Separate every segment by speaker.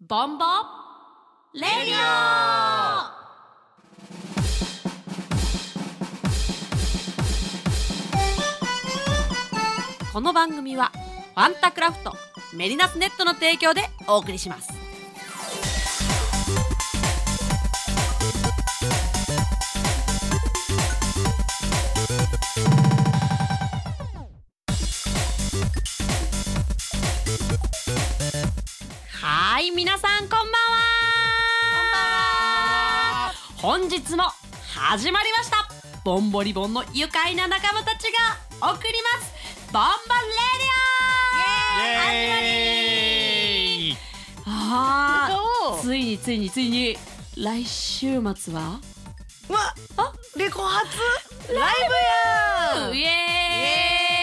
Speaker 1: ボンボレディオこの番組はファンタクラフトメリナスネットの提供でお送りしますはい皆さんこんばんは本日も始まりましたボンボリボンの愉快な仲間たちが送りますボンボレディオ
Speaker 2: イエーイ
Speaker 1: あー
Speaker 3: お
Speaker 1: ついについについに来週末は
Speaker 3: うわあレコ発ライブ
Speaker 1: イ
Speaker 3: や
Speaker 1: エーイ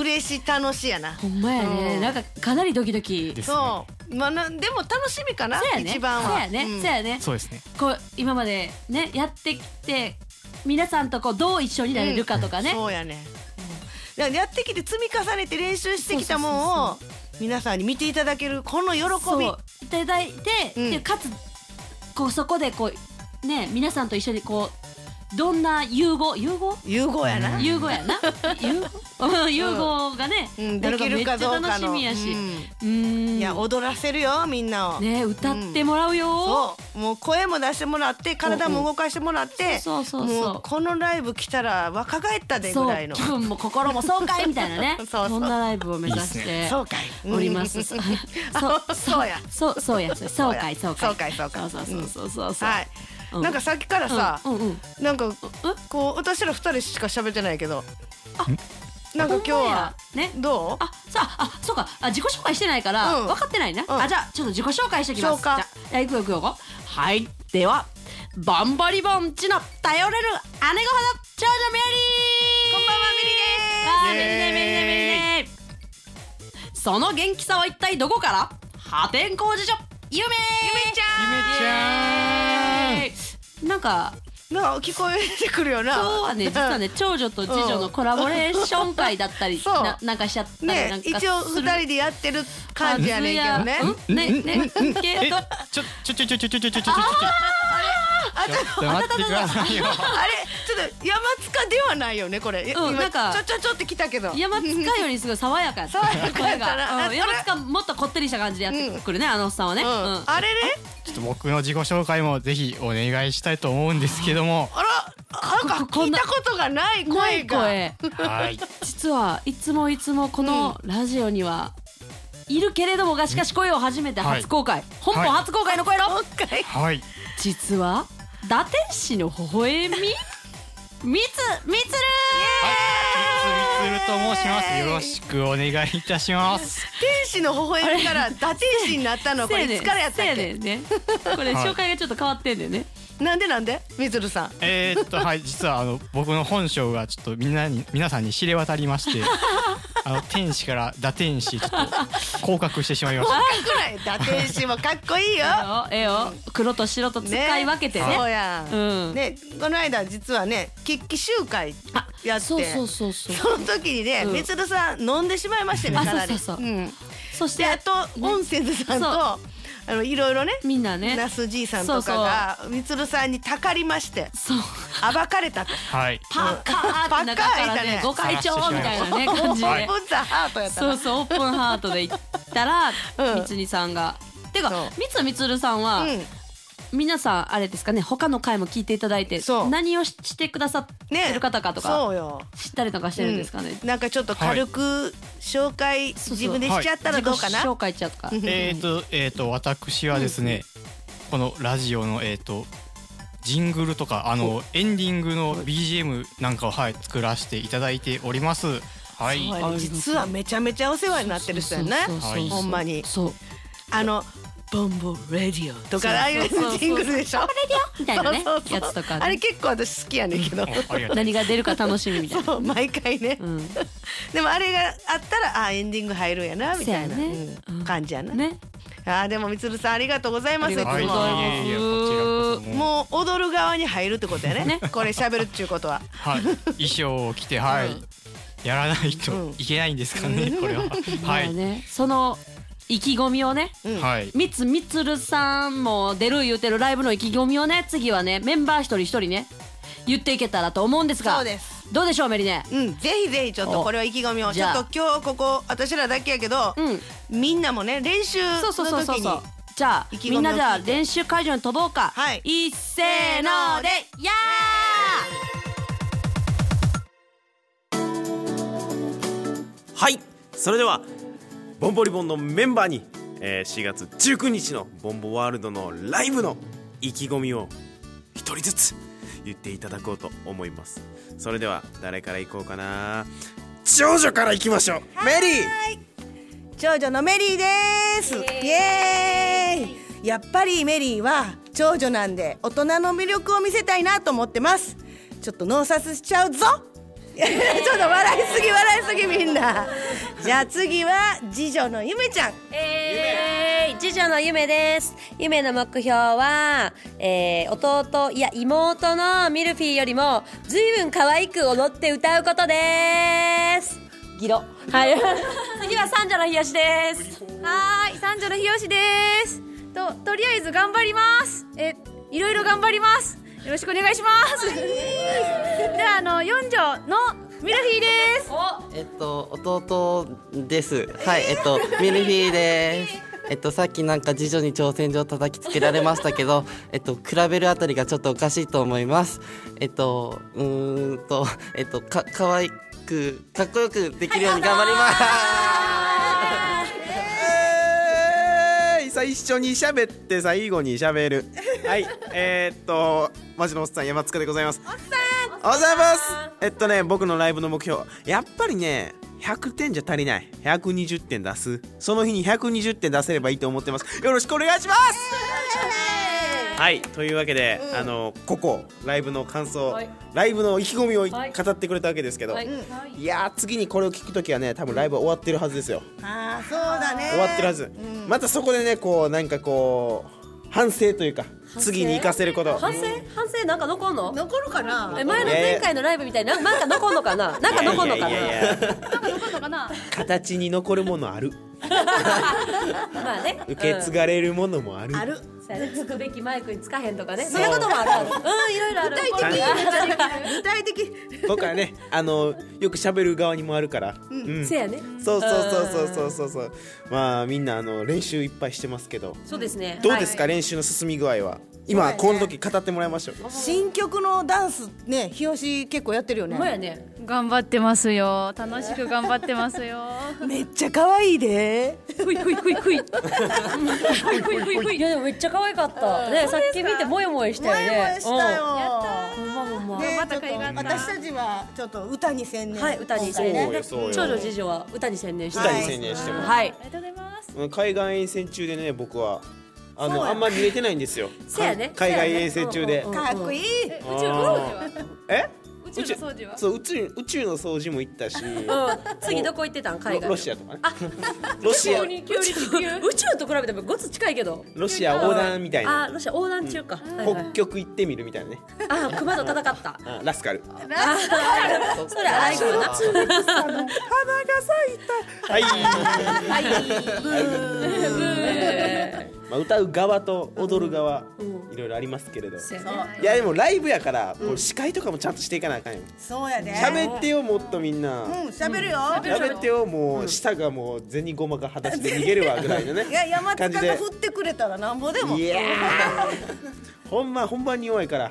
Speaker 3: 嬉しい楽しいやな
Speaker 1: ほんまやね、
Speaker 3: うん
Speaker 1: なんかかなりドキドキ
Speaker 2: ですね
Speaker 3: そ。うまあなでも楽しみかな
Speaker 1: そうやね
Speaker 3: 一番は
Speaker 1: そうやね、
Speaker 3: ん
Speaker 1: そうやね
Speaker 2: そうですね。
Speaker 1: こう今までねやってきて皆さんとこうどう一緒になれるかとかね、
Speaker 3: そうやねだからやってきて積み重ねて練習してきたもん
Speaker 1: そう
Speaker 3: を皆さんに見ていただけるこの喜び
Speaker 1: そういただいて、
Speaker 3: うん
Speaker 1: でかつこうそこでこうね皆さんと一緒にこうどんな融合融合
Speaker 3: 融合やな、
Speaker 2: う
Speaker 3: うんん
Speaker 1: 融合や な融合うん融合がね、
Speaker 3: できるかどう
Speaker 1: めっち
Speaker 3: か
Speaker 1: ゃ楽し
Speaker 3: の
Speaker 1: みやし、
Speaker 3: う
Speaker 1: うーん
Speaker 3: んいや踊らせるよみんなを、
Speaker 1: ね歌ってもらうよ、
Speaker 3: そうもう声も出してもらって体も動かしてもらって
Speaker 1: そうそうそう
Speaker 3: もうこのライブ来たら若返ったでぐ
Speaker 1: そ
Speaker 3: らいうの
Speaker 1: 気分も心も爽快みたいなね
Speaker 3: そうそう
Speaker 1: そんなライブを目指して
Speaker 3: そうかい
Speaker 1: おります。そううん
Speaker 3: あそうや
Speaker 1: そうそうやそうそうかいそうかい
Speaker 3: そうかいそうかい
Speaker 1: そうそうそうそうそう。
Speaker 3: はい、
Speaker 1: うん
Speaker 3: なんかさっきからさ、
Speaker 1: うんうんうん
Speaker 3: なんかこう私ら二人しか喋ってないけどなんか今日
Speaker 1: ほんまや
Speaker 3: は
Speaker 1: ね。
Speaker 3: どう
Speaker 1: あ、さあ、あ、そうか、あ、自己紹介してないから、
Speaker 3: うん
Speaker 1: 分かってないな。
Speaker 3: うん
Speaker 1: あ、じゃあ、ちょっと自己紹介してきま
Speaker 3: そう
Speaker 1: す。
Speaker 3: か
Speaker 1: じゃあ、いくよ、いくよ。はい、では、バンバリボンちの頼れる姉御肌長女メリー。こんばんは、メリーあー、メリーね、メリーね、メリーね。その元気さは一体どこから破天荒辞書、ゆめゆめち
Speaker 2: ゃん
Speaker 1: んなんか、
Speaker 3: なんか聞こえてくるよな
Speaker 1: 今日はね、実はね、長女と次女のコラボレーション会だったり、
Speaker 3: そう
Speaker 1: ななんかしちゃったりな
Speaker 3: ね
Speaker 1: んか
Speaker 3: 一応
Speaker 1: する
Speaker 3: 二人でやってる感じやねんけどね
Speaker 1: うんねねけ
Speaker 2: え
Speaker 1: ど、
Speaker 2: ちょちょちょちょちょちょちょちょちょちょちょちょっと待ってくださいよ。
Speaker 3: あれちょっと山塚ではないよねこれ、
Speaker 1: うんなんか
Speaker 3: ちょちょちょって来たけど
Speaker 1: 山塚よりすごい爽やかやった
Speaker 3: 爽やかや
Speaker 1: 声
Speaker 3: ったな
Speaker 1: がうん
Speaker 3: あ
Speaker 1: 山塚もっとこってりした感じでやってくるね、あのおっさんはね、
Speaker 3: う
Speaker 1: うんん
Speaker 3: あれね
Speaker 2: ちょっと僕の自己紹介もぜひお願いしたいと思うんですけども。
Speaker 3: あらなんか
Speaker 1: こ
Speaker 3: 聞
Speaker 1: ん
Speaker 3: い
Speaker 1: な
Speaker 3: たことがない
Speaker 1: ない
Speaker 3: 声が
Speaker 1: 声
Speaker 2: はい。
Speaker 1: 実はいつもいつもこのラジオには、いるけれどもがしかし声を初めて初公開、本邦初公開の声の、
Speaker 3: 今回
Speaker 2: はい。
Speaker 1: 実は伊達氏の微笑みみつみつる
Speaker 2: はい。みつみつると申します。よろしくお願いいたします。
Speaker 3: 天使の微笑みから堕天使になったのこれいつからやったっ
Speaker 1: せや
Speaker 3: け
Speaker 1: ねんねこれ
Speaker 2: はい
Speaker 1: 紹介がちょっと変わってんだよね、
Speaker 3: なんでなんでみずるさん
Speaker 2: えーっとはい実はあの僕の本性がちょっとみんなに皆さんに知れ渡りまして、あの天使から打天使ちょっと降格してしまいました。
Speaker 3: くらい堕天使もかっこいいよ
Speaker 1: ええよ黒と白と使い分けてね
Speaker 3: そうやん、
Speaker 1: うん
Speaker 3: ねこの間実はね決起集会やって
Speaker 1: そうそうそうそう
Speaker 3: その時にね、
Speaker 1: うん
Speaker 3: みつるさん飲んでしまいましたね
Speaker 1: あ
Speaker 3: かなり
Speaker 1: そうそうそうんそして
Speaker 3: であと温泉さんと、
Speaker 1: そう
Speaker 3: あのいろいろね
Speaker 1: みんなね
Speaker 3: なすじいさんとかがみつるさんにたかりまして
Speaker 1: そう
Speaker 3: 暴かれ たと
Speaker 2: はい。
Speaker 1: パカーって中からね
Speaker 3: パ
Speaker 1: ご会長みたいなね
Speaker 3: オ
Speaker 1: 感じ
Speaker 3: ー
Speaker 1: で
Speaker 3: プンザハートやった
Speaker 1: そ
Speaker 3: な
Speaker 1: うそうオープンハートで行ったら
Speaker 3: うん
Speaker 1: みつにさんがてか
Speaker 3: そう
Speaker 1: みつみつるさんは
Speaker 3: うん
Speaker 1: 皆さんあれですかね他の回も聞いていただいて
Speaker 3: そう
Speaker 1: 何をししてくださってる方かとか
Speaker 3: そうよ
Speaker 1: 知ったりとかしてるんですかね
Speaker 3: うんなんかちょっと軽く紹介
Speaker 1: そうそう
Speaker 3: 自分でしちゃったら
Speaker 1: 自己
Speaker 3: どうかな
Speaker 1: 紹介ちゃうとか
Speaker 3: うん
Speaker 2: えー、と、えー、と、私はですね、このラジオの、えー、と、ジングルとか、あの、エンディングの BGM なんかを、はい、作らせていただいております。はい。
Speaker 3: そうやね実はめちゃめちゃお世話になってる人やね
Speaker 1: そうそうそうそう
Speaker 2: はい
Speaker 3: ほんまに
Speaker 1: そう
Speaker 3: あの「ボンボレディオ」とかああいう
Speaker 1: そうそうそう
Speaker 3: ジングルでしょ
Speaker 1: みたいなね
Speaker 3: そうそうそう
Speaker 1: やつとかね
Speaker 3: あれ結構私好きやねんけど
Speaker 2: おありがとう。
Speaker 1: 何が出るか楽しみみたいな。
Speaker 3: そう毎回ね
Speaker 1: うん、
Speaker 3: でもあれがあったらあエンディング入るんやなみたいな
Speaker 1: そうやね
Speaker 3: うん
Speaker 1: うん
Speaker 3: 感じやな
Speaker 1: ね、
Speaker 3: あーでもみつるさんありがとうございますいつ
Speaker 1: あ
Speaker 2: はい、
Speaker 1: りがと
Speaker 2: い
Speaker 1: うございます
Speaker 3: も
Speaker 2: えいえ、こちらこそもう。
Speaker 3: もう踊る側に入るってことやね
Speaker 1: ね
Speaker 3: これ喋るっちゅうことは
Speaker 2: はい、衣装を着て、はい、
Speaker 3: うん
Speaker 2: やらないと
Speaker 3: うん
Speaker 2: いけないんですかね、これは。は。
Speaker 1: はいね、その
Speaker 4: 意気込みをね
Speaker 5: うん
Speaker 2: はい
Speaker 4: みつみつるさんも出る言うてるライブの意気込みをね次はねメンバー一人一人ね言っていけたらと思うんですが
Speaker 5: そうです
Speaker 4: どうでしょうメリね
Speaker 5: うん、ぜひぜひちょっとこれは意気込み
Speaker 4: お
Speaker 5: を
Speaker 4: じ
Speaker 5: ちょ
Speaker 4: ゃあ
Speaker 5: っと今日ここ私らだけやけど、
Speaker 4: うん
Speaker 5: みんなもね練習の時
Speaker 4: そう
Speaker 5: に
Speaker 4: そうそうそうそうじゃあ
Speaker 5: 意気込み
Speaker 4: み
Speaker 5: を
Speaker 4: んなじゃあ
Speaker 5: 聞いて
Speaker 4: 練習会場に飛ぼうか、
Speaker 5: はい
Speaker 4: いせーのでや
Speaker 6: はいそれではボンボリボンのメンバーに、えー4月19日のボンボワールドのライブの意気込みを一人ずつ言っていただこうと思いますそれでは誰から行こうかな長女から行きましょうメリー
Speaker 3: 長女のメリーですイエーイやっぱりメリーは長女なんで大人の魅力を見せたいなと思ってますちょっと脳殺しちゃう ぞちょっと笑いすぎ笑いすぎみんなじゃあ次は次女のゆめちゃん
Speaker 1: えー次女の夢です夢の目標は、えー弟いや妹のミルフィーよりも随分可愛く踊って歌うことですギロはい 次は三女の日吉です
Speaker 7: はーい、三女のひよしです。と、とりあえず頑張ります。え、いろいろ頑張ります。よろしくお願いします。で、あの、四女のミルフィーです。
Speaker 8: えっと弟です。はい、えっとミルフィーです。えっとさっきなんか次女に挑戦状叩きつけられましたけど、 えっと比べるあたりがちょっとおかしいと思います。えっとうーんとえっとか可愛くかっこよくできるように頑張ります。
Speaker 6: えー最初に喋って最後に喋る はいえー、っとマジのおっさん山塚でございますおっさんおはようございますえっとね僕のライブの目標やっぱりね100点じゃ足りない120点出すその日に120点出せればいいと思ってますよろしくお願いしますはいというわけで、あのここライブの感想、ライブの意気込みをい
Speaker 1: はい
Speaker 6: 語ってくれたわけですけど、
Speaker 1: はいい、
Speaker 6: やー次にこれを聞くときはね多分ライブは終わってるはずですよ
Speaker 3: あーそうだね
Speaker 6: 終わってるはず、またそこでねこうなんかこう反省というか次に生かせること
Speaker 1: 反省反省なんか残んの
Speaker 3: 残るかな
Speaker 1: え前の前回のライブみたいななんか残んのかななんか残んのか
Speaker 6: いやいや
Speaker 1: ない
Speaker 6: やいや
Speaker 7: なんか残るのかな。
Speaker 6: 形に残るものある
Speaker 1: まあね
Speaker 6: 受け継がれるものもある、
Speaker 3: ある
Speaker 1: うんそうやねつくべきマイクにつかへんとかねそういうこともあるあるうんいろいろあ る
Speaker 6: 的に
Speaker 3: 具体的
Speaker 6: 僕はねあのよく喋る側にもあるから、うん
Speaker 1: せやね
Speaker 6: そうそうそうそうそうそうそうまあみんなあの練習いっぱいしてますけど
Speaker 1: そうですね
Speaker 6: どうですか、練習の進み具合は今この時語ってもらいましょう
Speaker 3: 新曲のダンスね日吉結構やってるよ
Speaker 1: ほんまや
Speaker 3: ね
Speaker 1: ね
Speaker 7: 頑張ってますよ。楽しく頑張ってますよ。
Speaker 3: めっちゃ可愛いで
Speaker 1: ふいふいふいふい。ふいふいふいふい。いやでもめっちゃ可愛かった。ねさっき見てもやもやしたよね。
Speaker 3: 前もしたよ
Speaker 1: うん。ほんまほんま。
Speaker 3: ね
Speaker 7: ま
Speaker 3: ちょ
Speaker 7: た
Speaker 3: っと
Speaker 7: 海岸だ
Speaker 3: 私たちはちょっと歌に専念
Speaker 1: はい歌に
Speaker 3: 今回
Speaker 1: 専念
Speaker 3: ね
Speaker 6: そうよそうよ
Speaker 1: 長女次女は歌に専念して。
Speaker 6: 歌に専念しても、
Speaker 1: はい。
Speaker 7: ありがとうございます。
Speaker 6: うん海外遠征中でね僕は
Speaker 3: そ
Speaker 6: あ
Speaker 3: う
Speaker 6: の
Speaker 3: や
Speaker 6: あんま見れてないんですよ
Speaker 1: せやね
Speaker 6: か海外遠征中で、
Speaker 1: うんうんうん
Speaker 3: かっこいい
Speaker 7: え、宇宙の掃除は。
Speaker 6: え
Speaker 7: 宇宙の掃除は。
Speaker 6: そう宇宙宇宙の掃除も行ったし
Speaker 1: うん。次どこ行ってたん海
Speaker 6: ロ
Speaker 1: 外。
Speaker 6: ロシア。とかね ロシア
Speaker 7: 急に急に地球。
Speaker 1: 宇宙と比べてもごつ近いけど。
Speaker 6: ロシア横断みたい
Speaker 1: あ
Speaker 6: な
Speaker 1: ロシア横断中か。はいはい
Speaker 6: 北極行ってみるみたいなね
Speaker 1: あ熊と戦った。
Speaker 6: あラスカル
Speaker 1: それアライグマな。
Speaker 6: はい、まあ、歌う側と踊る側、いろいろありますけれど
Speaker 1: や
Speaker 6: いやでもライブやから、こう司会とかもちゃんとしていかなあかんよ
Speaker 3: そうやで
Speaker 6: 喋ってよもっとみんな、
Speaker 3: うん喋るよ
Speaker 6: 喋ってよもう舌がもう銭ごまが裸足で逃げるわぐらいのね
Speaker 3: いや山
Speaker 6: 感
Speaker 3: 塚
Speaker 6: じ
Speaker 3: が
Speaker 6: で
Speaker 3: 振ってくれたらなんぼでも
Speaker 6: いやーほんま本番に弱いから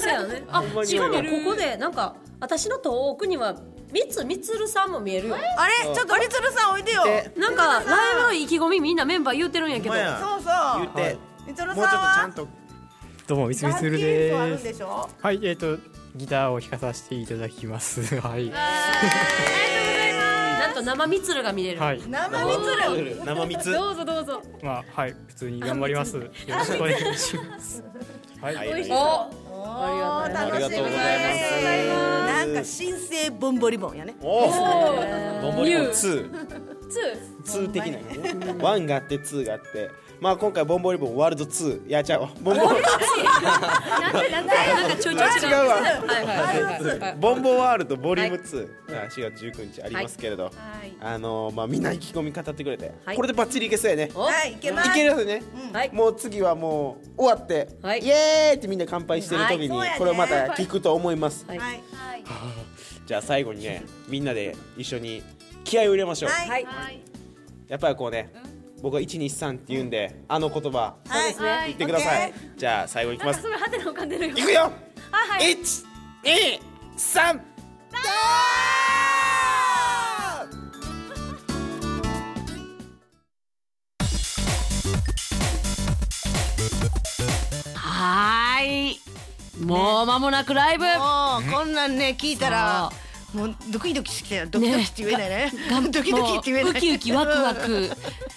Speaker 1: そうやね。 あ
Speaker 6: ほんまに
Speaker 1: しかもここでなんか私の遠くには三つみつるさんも見えるよ。
Speaker 3: あれちょっとみつるさんおいでよ
Speaker 6: で
Speaker 1: なんかライブの意気込みみんなメンバー言うてるんやけど
Speaker 6: ほんまや
Speaker 3: そうそ
Speaker 6: 言
Speaker 3: う
Speaker 6: って、
Speaker 3: みつるさん
Speaker 6: もうちょっとちゃん
Speaker 3: は
Speaker 6: と
Speaker 2: どうもみつみつる
Speaker 3: 楽器演奏あ
Speaker 2: で
Speaker 3: るん
Speaker 2: す
Speaker 3: でしょ
Speaker 2: はいえっ、とギターを弾かさせていただきますはい
Speaker 1: なんと生みつるが見れる。
Speaker 2: はい
Speaker 3: 生みつる
Speaker 6: 生蜜
Speaker 7: どうぞどうぞ。
Speaker 2: まあはい普通に頑張りますよろしくお願いしますはい、
Speaker 6: はい
Speaker 1: お
Speaker 3: おー楽しみ
Speaker 6: ありがとうございます
Speaker 3: なんか新生ボンボリボンやね
Speaker 6: おおボンボリボン2 2
Speaker 7: 2
Speaker 6: 的なのね1があって2があってまあ今回ボンボリボンワールド2いやちゃうわボンボ
Speaker 7: なんでなんで
Speaker 9: なんかちょいちょい違う。
Speaker 6: 違うわ
Speaker 9: はいはいはいはい。
Speaker 6: ボンボワールドボリューム2、は4月19日ありますけれど、
Speaker 7: はい
Speaker 6: あのー、まあみんな意気込み語ってくれて、
Speaker 9: はい
Speaker 6: これでバッチリいけそうやね
Speaker 10: はいいけます
Speaker 6: いけるよね、
Speaker 9: はい
Speaker 6: もう次はもう終わって、
Speaker 9: はい
Speaker 6: イエーイってみんな乾杯してる時に、
Speaker 10: はいそうやね
Speaker 6: これをまた聞くと思います、
Speaker 9: はい
Speaker 10: はい
Speaker 6: じゃあ最後にねみんなで一緒に気合を入れましょう、
Speaker 10: はい
Speaker 9: はい。
Speaker 7: はい
Speaker 6: やっぱりこうね、僕は123って言うんで、あの言葉
Speaker 10: はい
Speaker 7: は
Speaker 6: 言っ
Speaker 7: い
Speaker 6: てくださ
Speaker 10: オ
Speaker 6: い、じゃあ最後いき
Speaker 7: なん
Speaker 6: ま
Speaker 7: か
Speaker 6: す
Speaker 7: すごいハテナ浮かんでるよ
Speaker 6: いくよ
Speaker 7: あはい
Speaker 6: 一、二、三。
Speaker 1: はーいもう間もなくライブ
Speaker 10: もうこんなんね聞いたらもうドキドキしてきたよドキドキって言えないねドキドキって言えない
Speaker 1: もうウキウキワクワク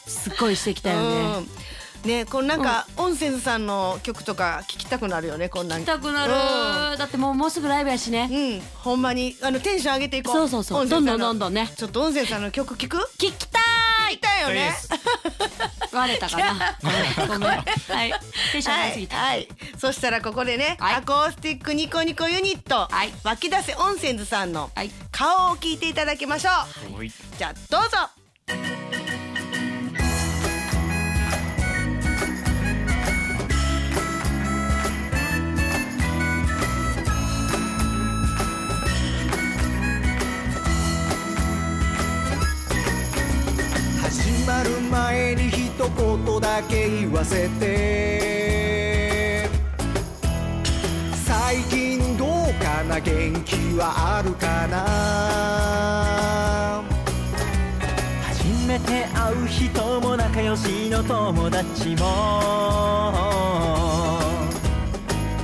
Speaker 1: すっごいしてきたよね
Speaker 10: うんねこうなんか、オンセンさんの曲とか聞きたくなるよねこんなん
Speaker 1: 行きたくなるだってもうもうすぐライブやしね
Speaker 10: うんほんまにあのテンション上げていこう
Speaker 1: そうそうそう
Speaker 10: 音声さの
Speaker 1: どんどんどんどんね
Speaker 10: ちょっと音声さんの曲聞く
Speaker 1: 聞きたーい
Speaker 10: だよね
Speaker 1: 割れたかなごめんごめんはいテンション上がりすぎた
Speaker 10: はい、そしたらここでね、
Speaker 1: はい
Speaker 10: アコースティックニコニコユニット、
Speaker 1: はい
Speaker 10: 湧き出せ温泉ズさんの
Speaker 1: はい
Speaker 10: 顔を聞いていただきましょう、
Speaker 2: はい
Speaker 10: じゃあどうぞ
Speaker 11: 始まる前に一言だけ言わせて最近どうかな元気はあるかな初めて会う人も仲良しの友達も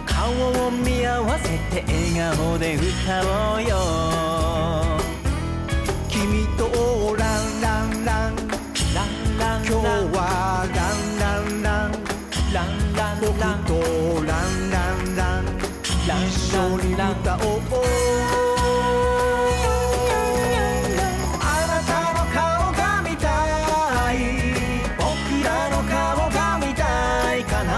Speaker 11: 顔を見合わせて笑顔で歌おうよ君とランランランランラン今日はランランランランラン僕とランランラン一緒に歌おうあなたの顔が見たい僕らの顔が見たいかな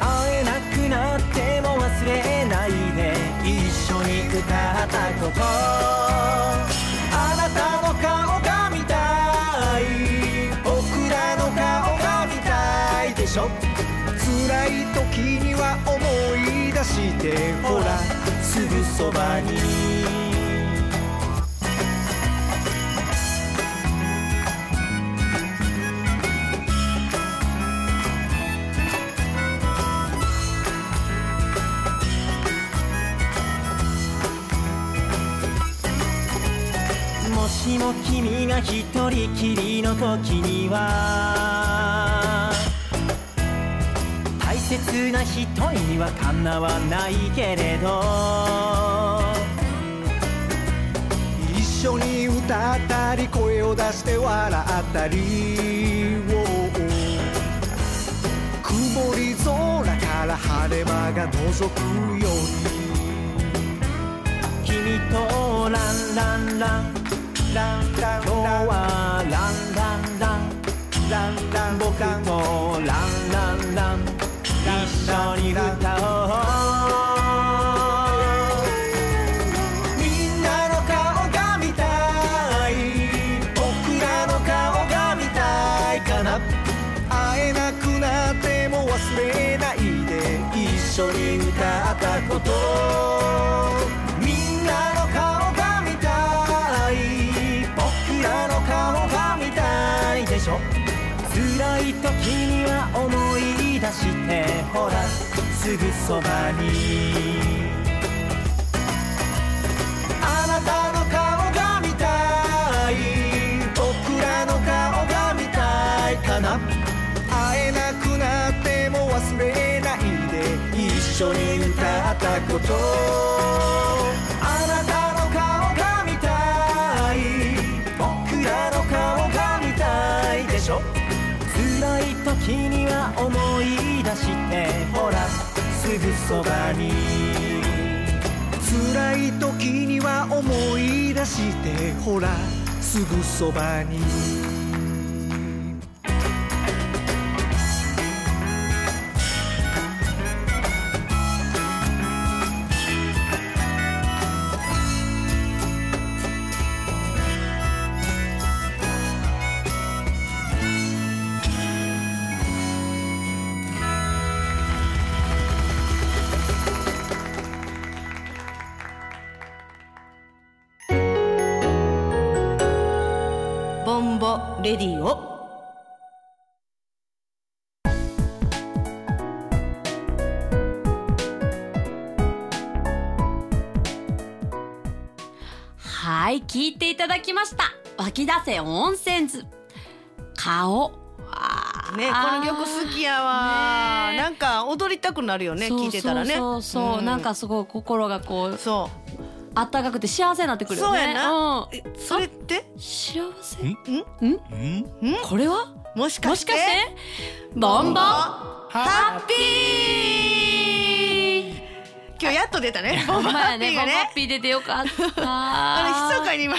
Speaker 11: 会えなくなっても忘れないで一緒に歌ったことあなたの顔が見たい僕らの顔が見たいでしょ辛い時には思い出してほらすぐそばにもしも君が一人きりの時には大切な人にはかなわないけれど一緒に歌ったり声を出して笑ったり曇り空から晴れ間が覗くように君とランランランランラン今日はランランランランラン僕とランランラン一緒に歌おうみんなの顔が見たい僕らの顔が見たいかな会えなくなっても忘れないで一緒に歌ったことみんなの顔が見たい僕らの顔が見たいでしょ辛い時には思い出してほらすぐそばにあなたの顔が見たい僕らの顔が見たいかな会えなくなっても忘れないで一緒に歌ったことあなたの顔が見たい僕らの顔が見たいでしょ辛い時には思い出してほらすぐそばに辛い時には思い出してほらすぐそばに
Speaker 10: レディオ
Speaker 1: はい、聞いていただきました。湧き出せ温泉図。顔。あー
Speaker 3: ねこの曲好きやわ、
Speaker 1: ねえ
Speaker 3: なんか踊りたくなるよね聞いてたらね
Speaker 1: そうそうそうそう、なんかすごい心がこう、
Speaker 3: そ
Speaker 1: あったかくて幸せになってくるよね。
Speaker 3: そうやな
Speaker 1: うん
Speaker 3: うえそれって
Speaker 1: 幸せ
Speaker 2: んん
Speaker 1: これは
Speaker 3: もしか
Speaker 1: も
Speaker 3: し
Speaker 1: してかしてボンボン
Speaker 2: は
Speaker 1: ッピー
Speaker 3: 今日やっと出たねボン
Speaker 1: ほ
Speaker 3: バ
Speaker 1: んまや
Speaker 3: ーピー
Speaker 1: ね、ボ
Speaker 3: が
Speaker 1: ンボ
Speaker 3: ね
Speaker 1: ッピー出てよかった。 あ
Speaker 3: あの密かに今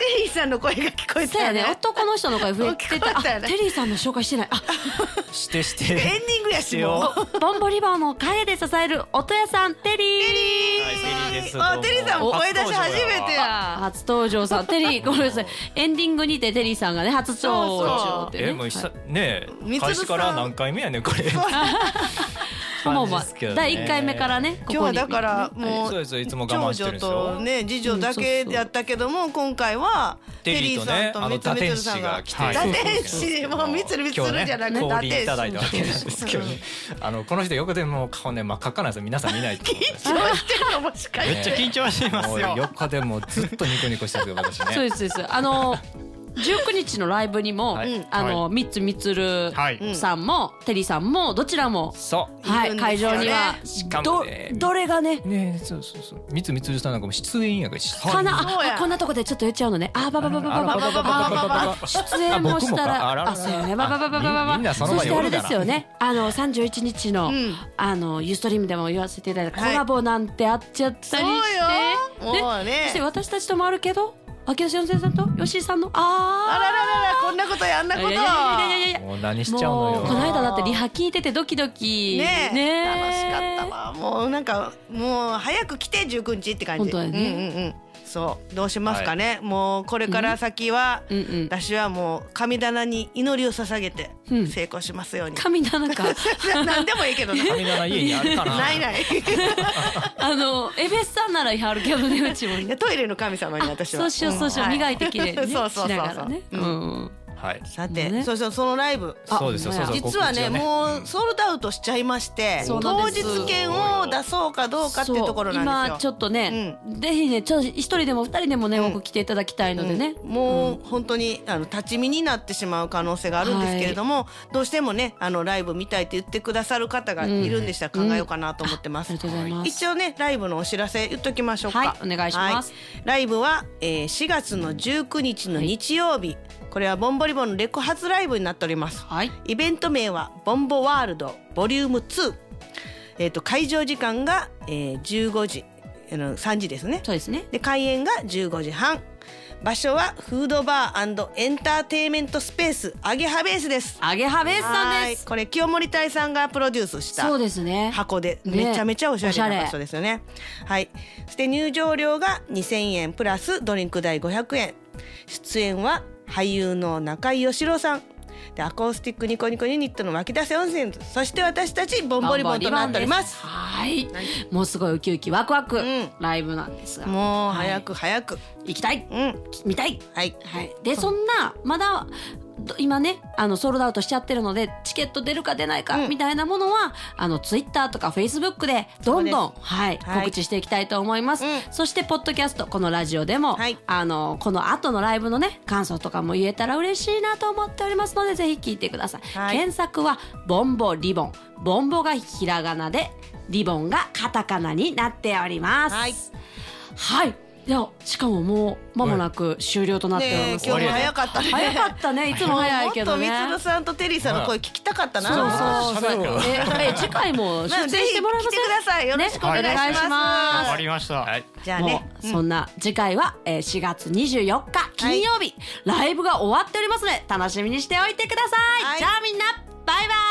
Speaker 3: テリーさんの声が聞こえ
Speaker 1: そう
Speaker 3: た
Speaker 1: や
Speaker 3: よね
Speaker 1: ね、男の人の声増えて
Speaker 3: 聞こ
Speaker 1: た。
Speaker 3: えたよ
Speaker 1: あ
Speaker 3: ね
Speaker 1: テリーさんの紹介してない。あ、
Speaker 2: いしてし
Speaker 3: エン
Speaker 2: て
Speaker 3: ディングやしもう
Speaker 2: よ
Speaker 1: ボンボリボンの陰で支える音屋さん、テリー。
Speaker 2: はいテリーです
Speaker 3: あテリーさんも声出し初めてや
Speaker 1: 初登場さん、テリー、ごめんなさい。エンディングにてテリーさんがね、初登場って
Speaker 12: え
Speaker 1: ね。
Speaker 12: もう久
Speaker 1: は
Speaker 12: ね
Speaker 3: みつるさん
Speaker 12: え開始から何回目やねんこれ。
Speaker 1: いもうまあ
Speaker 12: 感じですけどね
Speaker 1: 第一回目からね、ここに
Speaker 3: 今日はだから
Speaker 12: はい
Speaker 3: も
Speaker 12: そう
Speaker 3: う
Speaker 12: ですいつも我
Speaker 3: 長
Speaker 12: 慢してる
Speaker 3: 女
Speaker 12: んですよ
Speaker 3: と。ね次女だけだったけども今回はテ
Speaker 12: テ
Speaker 3: リ
Speaker 12: リ
Speaker 3: ー
Speaker 12: ーと
Speaker 3: さん
Speaker 12: ね
Speaker 3: と
Speaker 12: あの
Speaker 3: みつ
Speaker 12: 堕
Speaker 3: る
Speaker 12: 天
Speaker 3: さん
Speaker 12: 使
Speaker 3: が
Speaker 12: が来て
Speaker 3: 堕天使もうみつるみつ
Speaker 12: 今日
Speaker 3: る
Speaker 12: ね
Speaker 3: じゃなくて
Speaker 12: 降
Speaker 3: 堕
Speaker 12: 臨い
Speaker 3: 天
Speaker 12: ただいたわ
Speaker 3: 使
Speaker 12: けなんですけどねあのこの人よくでも顔ね真っ赤っかなんですよ皆さん見ないと思うんですけど
Speaker 3: どうしてるのもしか
Speaker 2: めっちゃ緊張してます
Speaker 12: もう
Speaker 2: よ
Speaker 12: 横でもうずっとニコニコしてるんですよ私
Speaker 1: そうで
Speaker 12: ね
Speaker 1: す、そうです。あの、19日のライブにも、
Speaker 12: はい
Speaker 1: あの、ミッツ・ミツル
Speaker 2: はい
Speaker 1: さんも、テリーさんも、どちらも、
Speaker 12: そう
Speaker 1: はい
Speaker 3: る
Speaker 1: い、
Speaker 3: んです
Speaker 1: 会
Speaker 3: よ
Speaker 1: 場には
Speaker 12: しか、も
Speaker 1: ど
Speaker 12: ね、
Speaker 1: どれがね、
Speaker 12: ねえそうそうそう三つみつるさんなんかも出演やがし
Speaker 1: かな、
Speaker 3: そうや
Speaker 1: あ、こんなとこでちょっと言っちゃうのね。あ、ばばばばばばばばばばば出演もしたら、あ、そうやね、ばばばばばばば。
Speaker 12: みんなその
Speaker 1: そ
Speaker 12: 場
Speaker 1: し
Speaker 12: に
Speaker 1: てあ
Speaker 12: お
Speaker 1: れ
Speaker 12: る
Speaker 1: で
Speaker 12: か
Speaker 1: すよ
Speaker 12: ら
Speaker 1: ね、あの三十一日の、
Speaker 3: ん
Speaker 1: あのユーストリームでも言わせていただいた、
Speaker 3: はい
Speaker 1: コラボなんてあっちゃったりして、
Speaker 3: そうよもうね
Speaker 1: そして私たちともあるけど、秋吉先生と吉井さんの
Speaker 3: あら
Speaker 1: あ
Speaker 3: らららこんなことやあんなこと
Speaker 1: いやいやいやいやいや
Speaker 12: もう何しちゃうの
Speaker 1: もうこの
Speaker 12: よ
Speaker 1: 間だってリハ聞いててドキドキ
Speaker 3: ねえ
Speaker 1: ねえ
Speaker 3: 楽しかったわもうなんかもう早く来て19日って感
Speaker 1: 本
Speaker 3: じ
Speaker 1: 当やね
Speaker 3: うんうんうんそうどうしますかね、もうこれから先は、
Speaker 1: うんうん
Speaker 3: 私はもう神棚に祈りを捧げて
Speaker 1: うん
Speaker 3: 成功しますように、
Speaker 1: 神棚か
Speaker 3: 何でもいいけ どな
Speaker 12: 神棚家にあるかな
Speaker 3: ないない
Speaker 1: あのエベスさんならやるけどねうちも
Speaker 3: い
Speaker 1: ね
Speaker 3: やトイレの神様に私は
Speaker 1: そうしようそうしよう、
Speaker 3: ん
Speaker 1: 磨いてきれいにね
Speaker 3: そうそうそうそう
Speaker 1: しながらね、
Speaker 3: うん
Speaker 1: うん
Speaker 12: はい
Speaker 3: さて、
Speaker 1: ね
Speaker 3: そうそうそのライブ
Speaker 1: あ
Speaker 12: そうですよ
Speaker 1: ほんまや
Speaker 12: そうそう
Speaker 3: 実はね
Speaker 12: 告知をね
Speaker 3: も
Speaker 12: う
Speaker 3: うんソールドアウトしちゃいまして
Speaker 1: そうなん
Speaker 3: 当
Speaker 1: です
Speaker 3: 日券を出そうかどうかっていうところなんですよ
Speaker 1: そう今ちょっとね、ぜひねちょっと一人でも二人でもね、
Speaker 3: うん
Speaker 1: 多く来ていただきたいのでね、
Speaker 3: うんもうう本当にあの立ち見になってしまう可能性があるんですけれども、どうしてもねあのライブ見たいって言ってくださる方がいるんでしたら考
Speaker 1: うん
Speaker 3: えようかなと思ってます。
Speaker 1: ありがとうございます
Speaker 3: 一応ねライブのお知らせ言っときましょうか。
Speaker 1: はいお願いします
Speaker 3: はいライブは、えー4月の19日の日曜日、これはボンボリボンのレコ発ライブになっております。
Speaker 1: はい
Speaker 3: イベント名はボンボワールドボリューム2。えっ、と会場時間が、えー15時あの3時ですね。
Speaker 1: そうですね
Speaker 3: で開演が15時半場所はフードバーエンターテインメントスペースアゲハベースです
Speaker 1: アゲハベースさん
Speaker 3: は
Speaker 1: で
Speaker 3: い
Speaker 1: す
Speaker 3: これ清盛隊さんがプロデュースした
Speaker 1: そうですね
Speaker 3: 箱で
Speaker 1: ね
Speaker 3: めちゃめちゃおしゃれ
Speaker 1: おしゃ
Speaker 3: な
Speaker 1: れ
Speaker 3: 場所ですよねはいそして入場料が2000円プラスドリンク代500円出演は俳優の中井義郎さんでアコースティックニコニコユニットの湧き出せ温泉そして私たちボンボリボンとなっております
Speaker 1: はいもうすごいウキウキワクワク、
Speaker 3: ん
Speaker 1: ライブなんですが
Speaker 3: もう
Speaker 1: はい
Speaker 3: 早く早く、
Speaker 1: 行きたい、
Speaker 3: うん
Speaker 1: 見たい
Speaker 3: はい
Speaker 1: はい、でそんなまだど今ねあのソールドアウトしちゃってるのでチケット出るか出ないかみたいなものは、あのツイッターとかフェイスブックでどんどん、はい、
Speaker 3: はい
Speaker 1: 告知していきたいと思います、
Speaker 3: うん
Speaker 1: そしてポッドキャストこのラジオでも、
Speaker 3: はい
Speaker 1: あのこの後のライブのね感想とかも言えたら嬉しいなと思っておりますのでぜひ聞いてください、
Speaker 3: はい
Speaker 1: 検索はボンボリボンボンボがひらがなでリボンがカタカナになっております
Speaker 3: はい
Speaker 1: はいではしかももう間もなく終了となっており
Speaker 3: ねえ
Speaker 1: ます、
Speaker 3: 今日も早かったね
Speaker 1: 早かったねいつも早いけどね
Speaker 3: もっとみつるさんとテリーさんの声聞きたかったな。
Speaker 1: そうそう
Speaker 12: 喋る
Speaker 1: そう
Speaker 12: か
Speaker 1: ええ次回も出
Speaker 3: まあ
Speaker 1: 演
Speaker 3: ぜひ
Speaker 1: してもらえ
Speaker 3: 来
Speaker 1: ま
Speaker 3: て
Speaker 1: せ
Speaker 3: ください。よろしくお願いします。
Speaker 1: ねお願い
Speaker 2: 終わりました
Speaker 12: はい
Speaker 3: じゃあ
Speaker 1: も
Speaker 3: ね。
Speaker 1: うそんな次回は、えー4月24日金曜日、ライブが終わっておりますので楽しみにしておいてください、
Speaker 3: はい
Speaker 1: じゃあみんなバイバイ